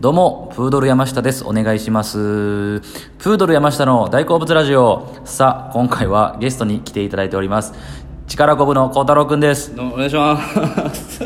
どうも、プードル山下です。お願いします。プードル山下の大好物ラジオ。さあ、今回はゲストに来ていただいております。力こぶの孝太郎くんです。お願いします。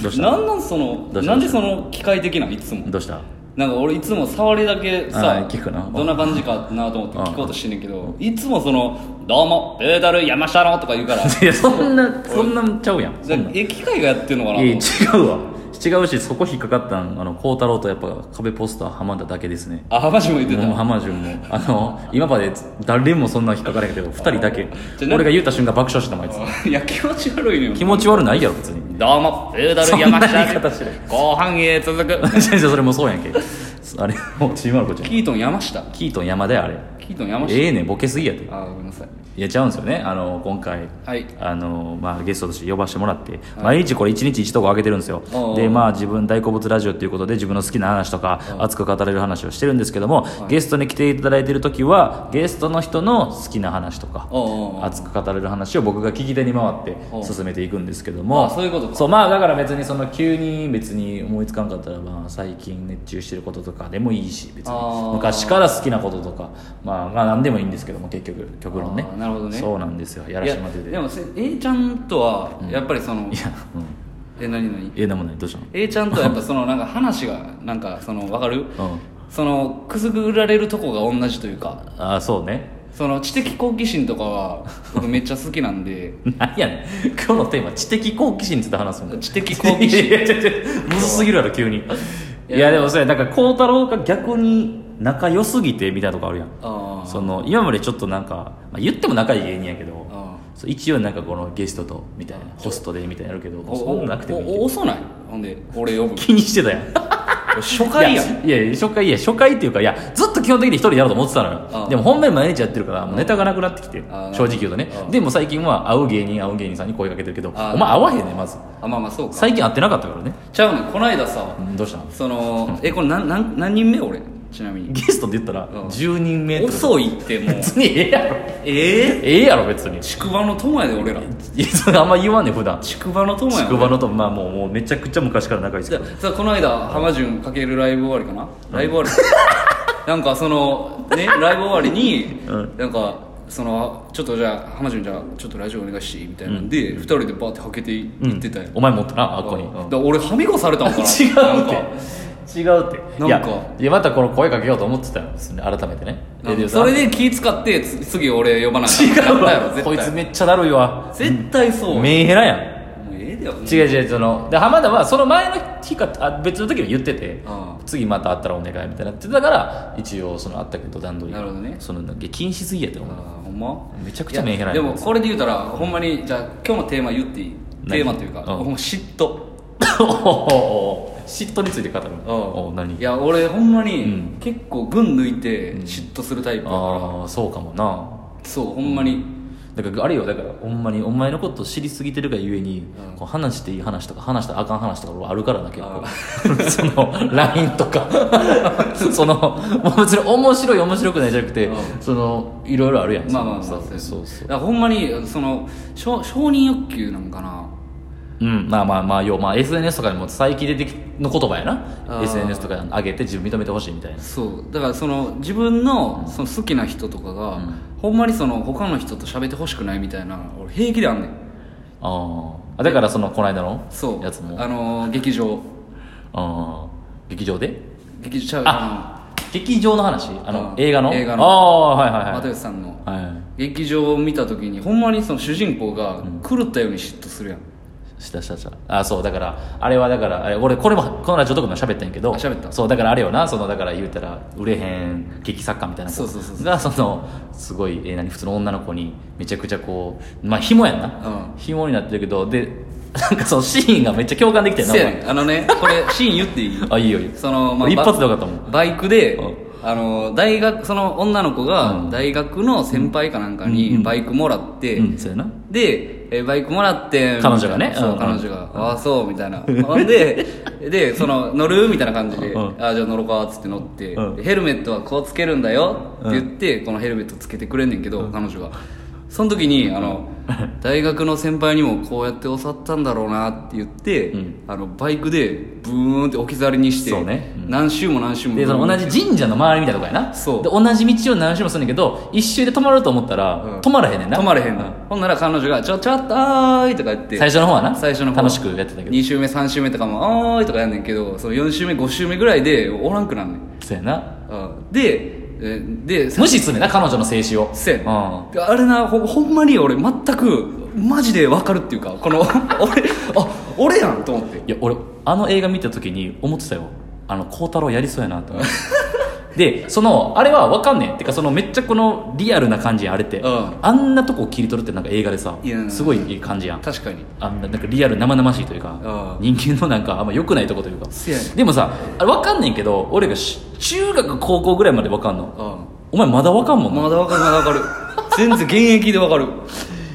どうしたなんなんその、なんでその機械的ないつも。どうしたなんか俺いつも触りだけさ聞くなどんな感じかなと思って聞こうとしてんねんけどいつもその「どうもプードル山下の」とか言うからいや そんなそんなんちゃうやんえ機械がやってんのかないや違うわ違うしそこ引っかかったんあの孝太郎とやっぱ壁ポスター浜田だけですねあ浜淳も言ってたもう浜淳もあの今まで誰もそんな引っかからへんけど2人だけ俺が言うた瞬間爆笑してたもんあ いついや気持ち悪いね気持ち悪ないやろ別に どうもプードル山下後半へ続くじゃそれもそうやんけあれもうちびまる子ちゃんキートン山下キートン山だよあれキートン山下ええねボケすぎやであごめんなさいいやちゃうんですよねあの今回、はい、あのまあ、ゲストとして呼ばせてもらって、毎日これ1日1投稿上げてるんですよでまあ自分大好物ラジオということで自分の好きな話とか熱く語れる話をしてるんですけども、ゲストに来ていただいてる時はゲストの人の好きな話とか熱く語れる話を僕が聞き手に回って進めていくんですけどもそういうことそうまあだから別にその急に別に思いつかんかったら、まあ、最近熱中してることとかでもいいし別に昔から好きなこととか、まあ、まあ何でもいいんですけども結局極論ねなるほどねそうなんですよやらしてもらっててでも A ちゃんとはやっぱりその、いや、うんえ何何えでもねどうしたの A ちゃんとやっぱそのなんか話がなんかその分かる、うん、そのくすぐられるとこが同じというかああそうね その知的好奇心とかは僕めっちゃ好きなんで何やねん今日のテーマ知的好奇心って話すんだ知的好奇心いや いやいやむずすぎるやろ急にいやでもそれだから孝太郎が逆に仲良すぎてみたいなとこあるやんその今までちょっとなんか、まあ、言っても仲いい芸人やけど一応なんかこのゲストとみたいなホストでみたいなやるけどそんなくてもいい遅ないほんで俺呼ぶ気にしてたやん初回やんいや初回いや初回っていうかいやずっと基本的に一人でやろうと思ってたのよでも本命毎日やってるからネタがなくなってきて正直言うとねでも最近は会う芸人会う芸人さんに声かけてるけどお前会わへんねまずあまあまあそうか最近会ってなかったからねちゃうねこの間さどうしたのそのえこれ何何何人目俺ちなみにゲストって言ったら10人目遅いってもう 別にええやろええええやろ別にちくばの友やで俺らいやそれあんま言わんね普段ちくばの友やちくばの友まあもうもうめちゃくちゃ昔から仲いいですけどさこの間浜潤かけるライブ終わりかな、ライブ終わ りなんかそのねライブ終わりに、なんかそのちょっとじゃあ浜潤じゃあちょっとラジオお願いしてみたいなんで、2人でバーってはけていってたよ、お前持ったなあっこに、だ俺はみこされたんかな 違うって違うってなんかいやまたこの声かけようと思ってたんですね改めてねそれで気使って次俺呼ばない違うわこいつめっちゃだるいわ絶対そうメンヘラやんええでよ違う違うそので浜田はその前の日かあ別の時も言ってて次また会ったらお願いみたいなってだから一応そのあったけど段取りなるほどねその禁止すぎやってほんまめちゃくちゃメンヘラや でもこれで言うたらほんまにじゃあ今日のテーマ言っていいテーマというかほんま嫉妬嫉妬について語るお何いや俺ほんまに結構群抜いて嫉妬するタイプだから、ああそうかもなそうほんまに、だからあれよだからほんまにお前のこと知りすぎてるがゆえに、こう話していい話とか話したらあかん話とかあるからな結構 その LINE とか そのもう別に面白い面白くないじゃなくて、そのいろいろあるやんまあまあまあそうそうそうほんまにその承認欲求なんかなうん、まあまあまあ要まあ SNS とかにも最近出てきの言葉やな SNS とか上げて自分認めてほしいみたいなそうだからその自分のその好きな人とかが、うん、ほんまにその他の人と喋ってほしくないみたいな俺平気であんねんああだからそのこの間のそうやつもあのー、劇場ああ劇場で劇場あ劇場の話あの、映画の映画のああはいはいはい又吉さんの、はい、劇場を見た時にほんまにその主人公が狂ったように嫉妬するやんしたしたしたあそうだからあれはだからあれ俺これもこのラジオとかも喋ったんやけど喋ったそうだからあれよなそのだから言うたら売れへん劇作家みたいな子がそのすごい、えー、何普通の女の子にめちゃくちゃこうまあ紐やんな、うん、紐になってるけどで なんかそのシーンがめっちゃ共感できてるな、ね、あのねこれシーン言っていいあいいよいいよその、まあ、一発でよかったもんバイクで、あの大学その女の子が大学の先輩かなんかにバイクもらって、うんうんうん、そうやなでえバイクもらって彼女がねそう彼女が、ああそうみ たいなほんででその乗るみたいな感じで、ああじゃあ乗ろうかっつって乗って、ヘルメットはこう つけるんだよって言って、このヘルメットつけてくれんねんけど、彼女がその時にあの、大学の先輩にもこうやって教わったんだろうなって言って、うんあのバイクでブーンって置き去りにしてそうねうん何周も何周もでその同じ神社の周りみたいなとこやなそうで同じ道を何周もするんだけど一周で止まると思ったら、ん止まらへんねんな止まれへんなほんなら彼女が「ちょちょっとーい」とか言って最初の方はな最初の方楽しくやってたけど2周目3周目とかも「おーい」とかやんねんけどその4周目5周目ぐらいでおらんくなんねんそうやなあでえで無視すんねんな彼女の静止をせやねんうんであれなほほんまに俺全くマジで分かるっていうかこの 俺あ俺やんと思っていや俺あの映画見た時に思ってたよあの孝太郎やりそうやなと思って でそのあれは分かんねんてかそのめっちゃこのリアルな感じやんあれって、うんあんなとこ切り取るってなんか映画でさいやすごいいい感じやん確かにあんななんかリアル生々しいというかう人間のなんかあんま良くないとこというかせやねんでもさあれ分かんねんけど俺がし中学高校ぐらいまで分かんのうお前まだ分かんもんんなまだ分かるまだ分かる全然現役で分かる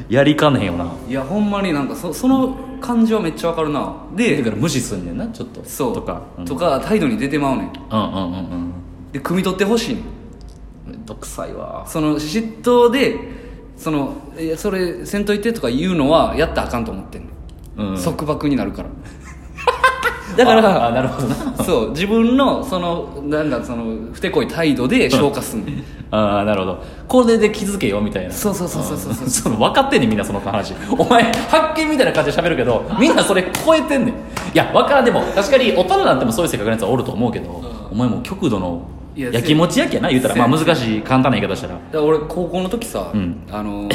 やりかねへんよないやほんまになんかそその感じはめっちゃ分かるなだでから無視すんねんなちょっとそうとか、うん、とか態度に出てまうねんうんうんうんうんで汲み取ってほしいねんめんどくさいわその嫉妬でそのいやそれせんといてとか言うのはやったらあかんと思ってんねん、うん束縛にな るからだからああなるほどなそう自分のそのなんかその不手こい態度で消化すんねんああなるほどこれで気づけよみたいなそうそうそうそうそうそううんその分かってんねんみんなその話お前発見みたいな感じで喋るけどみんなそれ超えてんねんいや分からんでも確かに大人なんてもそういう性格のやつはおると思うけど、お前もう極度のいややきもちやきやな言うたらせまあ難しい簡単な言い方したらだから俺高校の時さ、うんあの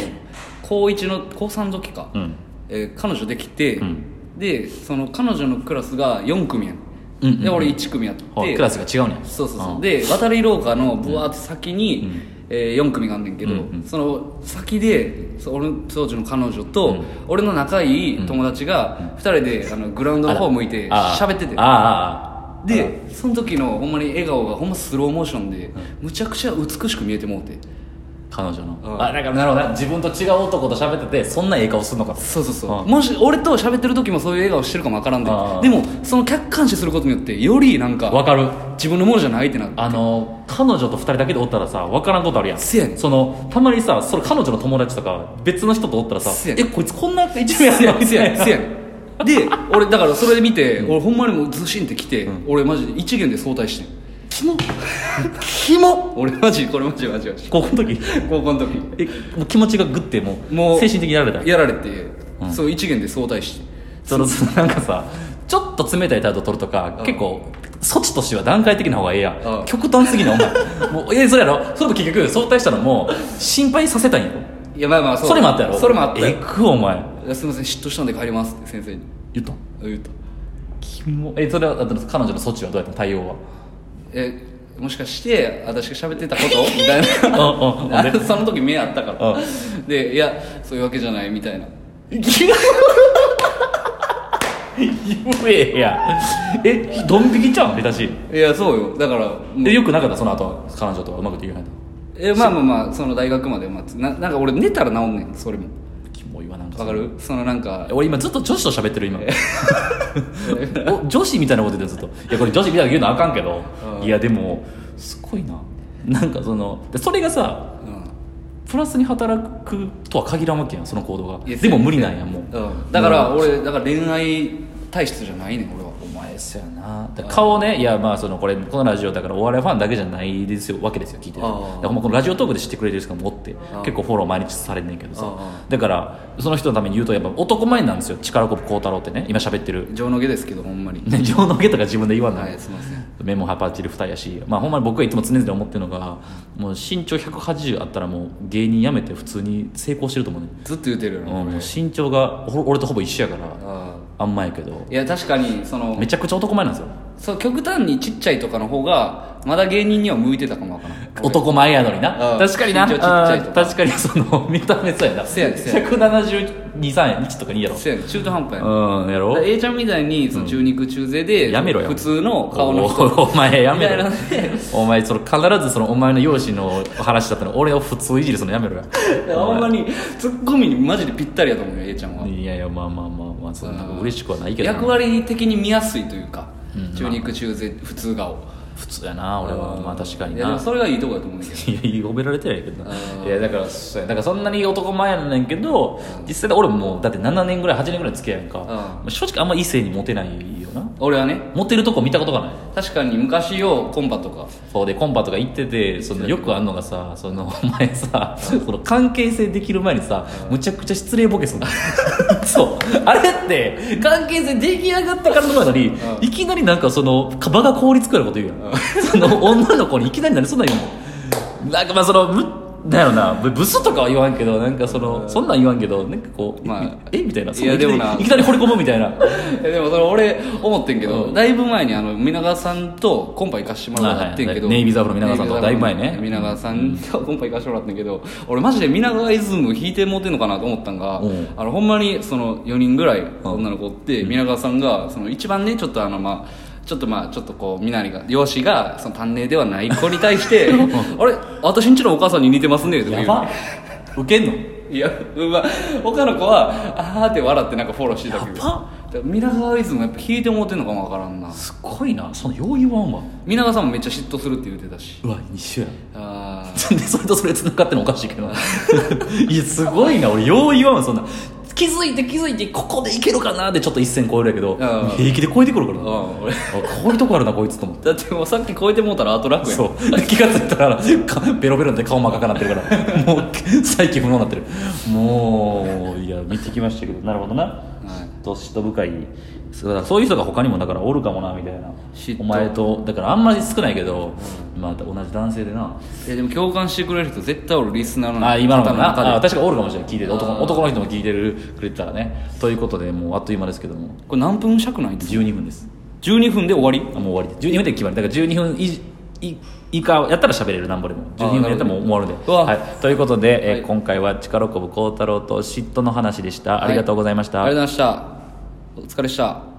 高1の高3の時か、うんえー彼女できて、んでその彼女のクラスが4組やねん、うんうんうんで俺1組やってほうクラスが違うねんそうそうそう、んで渡り廊下のぶわーって先に、え4組があんねんけど、うんうんその先でそ俺の当時の彼女と、うん俺の仲いい友達が2人であのグラウンドの方向いてああ喋っててああああでその時のほんまに笑顔がほんまスローモーションで、むちゃくちゃ美しく見えてもうて彼女の、うんあだからなるほどな自分と違う男と喋っててそんなええ顔すんのかとそうそうそう、うんもし俺と喋ってる時もそういう笑顔してるかもわからんでああでもその客観視することによってよりなんか分かる自分のものじゃないってなるあの彼女と2人だけでおったらさ分からんことあるやんせやねんそのたまにさそれ彼女の友達とか別の人とおったらさせやねえんこいつこんな一面やせるややねんみせやたいねんなせや ねんで俺だからそれで見て、俺ほんまにもうズシンってきて、俺マジで一元で早退してんキモキモ俺マジこれマジマジマジ高校の時高校の時えもう気持ちがグッてもうもう精神的にやられたやられて、そう一元で早退してそのその なんかさちょっと冷たい態度取るとか、うん結構措置としては段階的な方がええやん、うん極端すぎなお 前もうえそれやろそれも結局早退したのも心配させたんやろいやまあまあそうれもあったやろそれもあったよえくお前いやすいません嫉妬したんで帰りますって先生に言ったん言うとキモえそれはあと彼女の措置はどうやったの対応はえもしかして私が喋ってたこと みたいなうんうんあれ その時目あったかうらでいやそういうわけじゃないみたいな 言えやえドン引きちゃうん下手しいやそうよだからもうでよくなかったその後は彼女とはうまくできないえまあまあまあその大学まで待つななんか俺寝たら治んねんそれもキモいわなんかわかるそのなんか 俺今ずっと女子と喋ってる今お女子みたいなこと言ってるずっといやこれ女子みたいなこと言うのあかんけどうんいやでもすごいななんかそのでそれがさうプラスに働くとは限らんわけやんその行動がいや、でも無理なんやもうんうん、だから俺だから恋愛体質じゃないねん俺はお前そやなだから顔ねいやまあそのこれこのラジオだからお笑いファンだけじゃないですよわけですよ聞いてるあだあからほんまこのラジオトークで知ってくれてる人もおってああ結構フォロー毎日されんねんけどあさあだからその人のために言うとやっぱ男前なんですよ力こぶ孝太郎ってね今喋ってる情の毛ですけどほんまにね情の毛とか自分で言わなはいいすいません目もハパチル二重やし、まあ、ほんまに僕がいつも常々思ってるのがもう身長180あったらもう芸人辞めて普通に成功してると思うね、ずっと言うてるようん、なもう俺身長がほ俺とほぼ一緒やからああんまやけどーいや確かにそのめちゃくちゃ男前なんですよそう極端にちっちゃいとかの方がまだ芸人には向いてたかもわからん男前やのになうん確かにな身長ちっちゃいとうんか確かにその見た目そうやなせやねせやね1723とかにやろせやねん中途半端やなうんやだろから A ちゃんみたいにその中肉中背で、やめろよ普通の顔の人おお前やめろよみたいなね お前その必ずそのお前の容姿の話だったら俺を普通いじりするのやめろよほんまにツッコミにマジでぴったりやと思うよ A ちゃんはいやいやまあまあまあまあそんなうん嬉しくはないけどな役割的に見やすいというか、うん中肉中背普通顔普通やな俺はまあ確かにいやでもなそれがいいとこだと思うんだけどいや褒められてないけどなあーいやだからそうやだからそんなに男前やねんけど実際俺もうだって7年ぐらい8年ぐらい付き合いやんかまあ正直あんま異性にモテないよな俺はねモテるとこ見たことがない確かに昔よコンパとかそうでコンパとか行っててそのよくあんのがさその お前さその関係性できる前にさむちゃくちゃ失礼ボケすんだ そうあれって関係性出来上がってからの前なのにうんいきなりなんかその場が凍りつくようなこと言うやん その女の子にいきなり何でそんなん言うのなんかまあそのむなんやろなブブスとかは言わんけどなんかそのそんなん言わんけどなんかこう、まあえみたいなそいやのきなりでもないきなり掘り込むみたいな いやでもそれ俺思ってんけど、うんだいぶ前にあの皆川さんとコンパ行かしてもはらいっはいてんけど、ネイビーザブロ皆川さんとネイビーザブだロいぶ前ね皆川さんとコンパ行かしてもらってんけど俺マジで皆川イズム引いてもうてんのかなと思ったんが、うんあのほんまにその4人ぐらい女の子おって、皆川さんがその一番ねちょっとあのまあちょっとまあちょっとこうみなりが容姿がその短命ではない子に対 して「あれ私んちのお母さんに似てますね」とかや言うばウケんのいや、まあ、他の子は、あーって笑ってなんかフォローしてたけど。やばだから皆川イズムやっぱ引いてもうてんのかもわからんな。すごいなそのよう言わんわ皆川さんもめっちゃ嫉妬するって言ってたし。うわ一緒やん あでそれとそれ繋がってんのおかしいけど いやすごいな俺よう言わんわそんな気づいて気づいてここでいけるかなでちょっと一線超えるやけどん平気で超えてくるからーなああー、俺。こういうとこあるなこいつと思ってだってもうさっき超えてもうたらあと楽やん。そう で気がついたらかベロベロで顔真っ赤くなってるからもう最近不能になってるもういや見てきましたけどなるほどな嫉妬嫉妬深いそうだからそういう人が他にもだからおるかもなみたいな嫉妬お前とだからあんまり少ないけど、まあ、同じ男性でなえでも共感してくれる人絶対俺リスナーのあ今のもな中であ確かおるかもしれない聞いてる男あー男の人も聞いてるくれてたらねということでもうあっという間ですけどもこれ何分尺ないんです12分です12分で終わりあもう終わりで12分で決まりだから12分以以以下やったら喋れるなんぼでもあー12分やったらもう終わるでうわはい、ということで、えーはい今回は力こぶ幸太郎と嫉妬の話でしたありがとうございました、ありがとうございました。お疲れでした。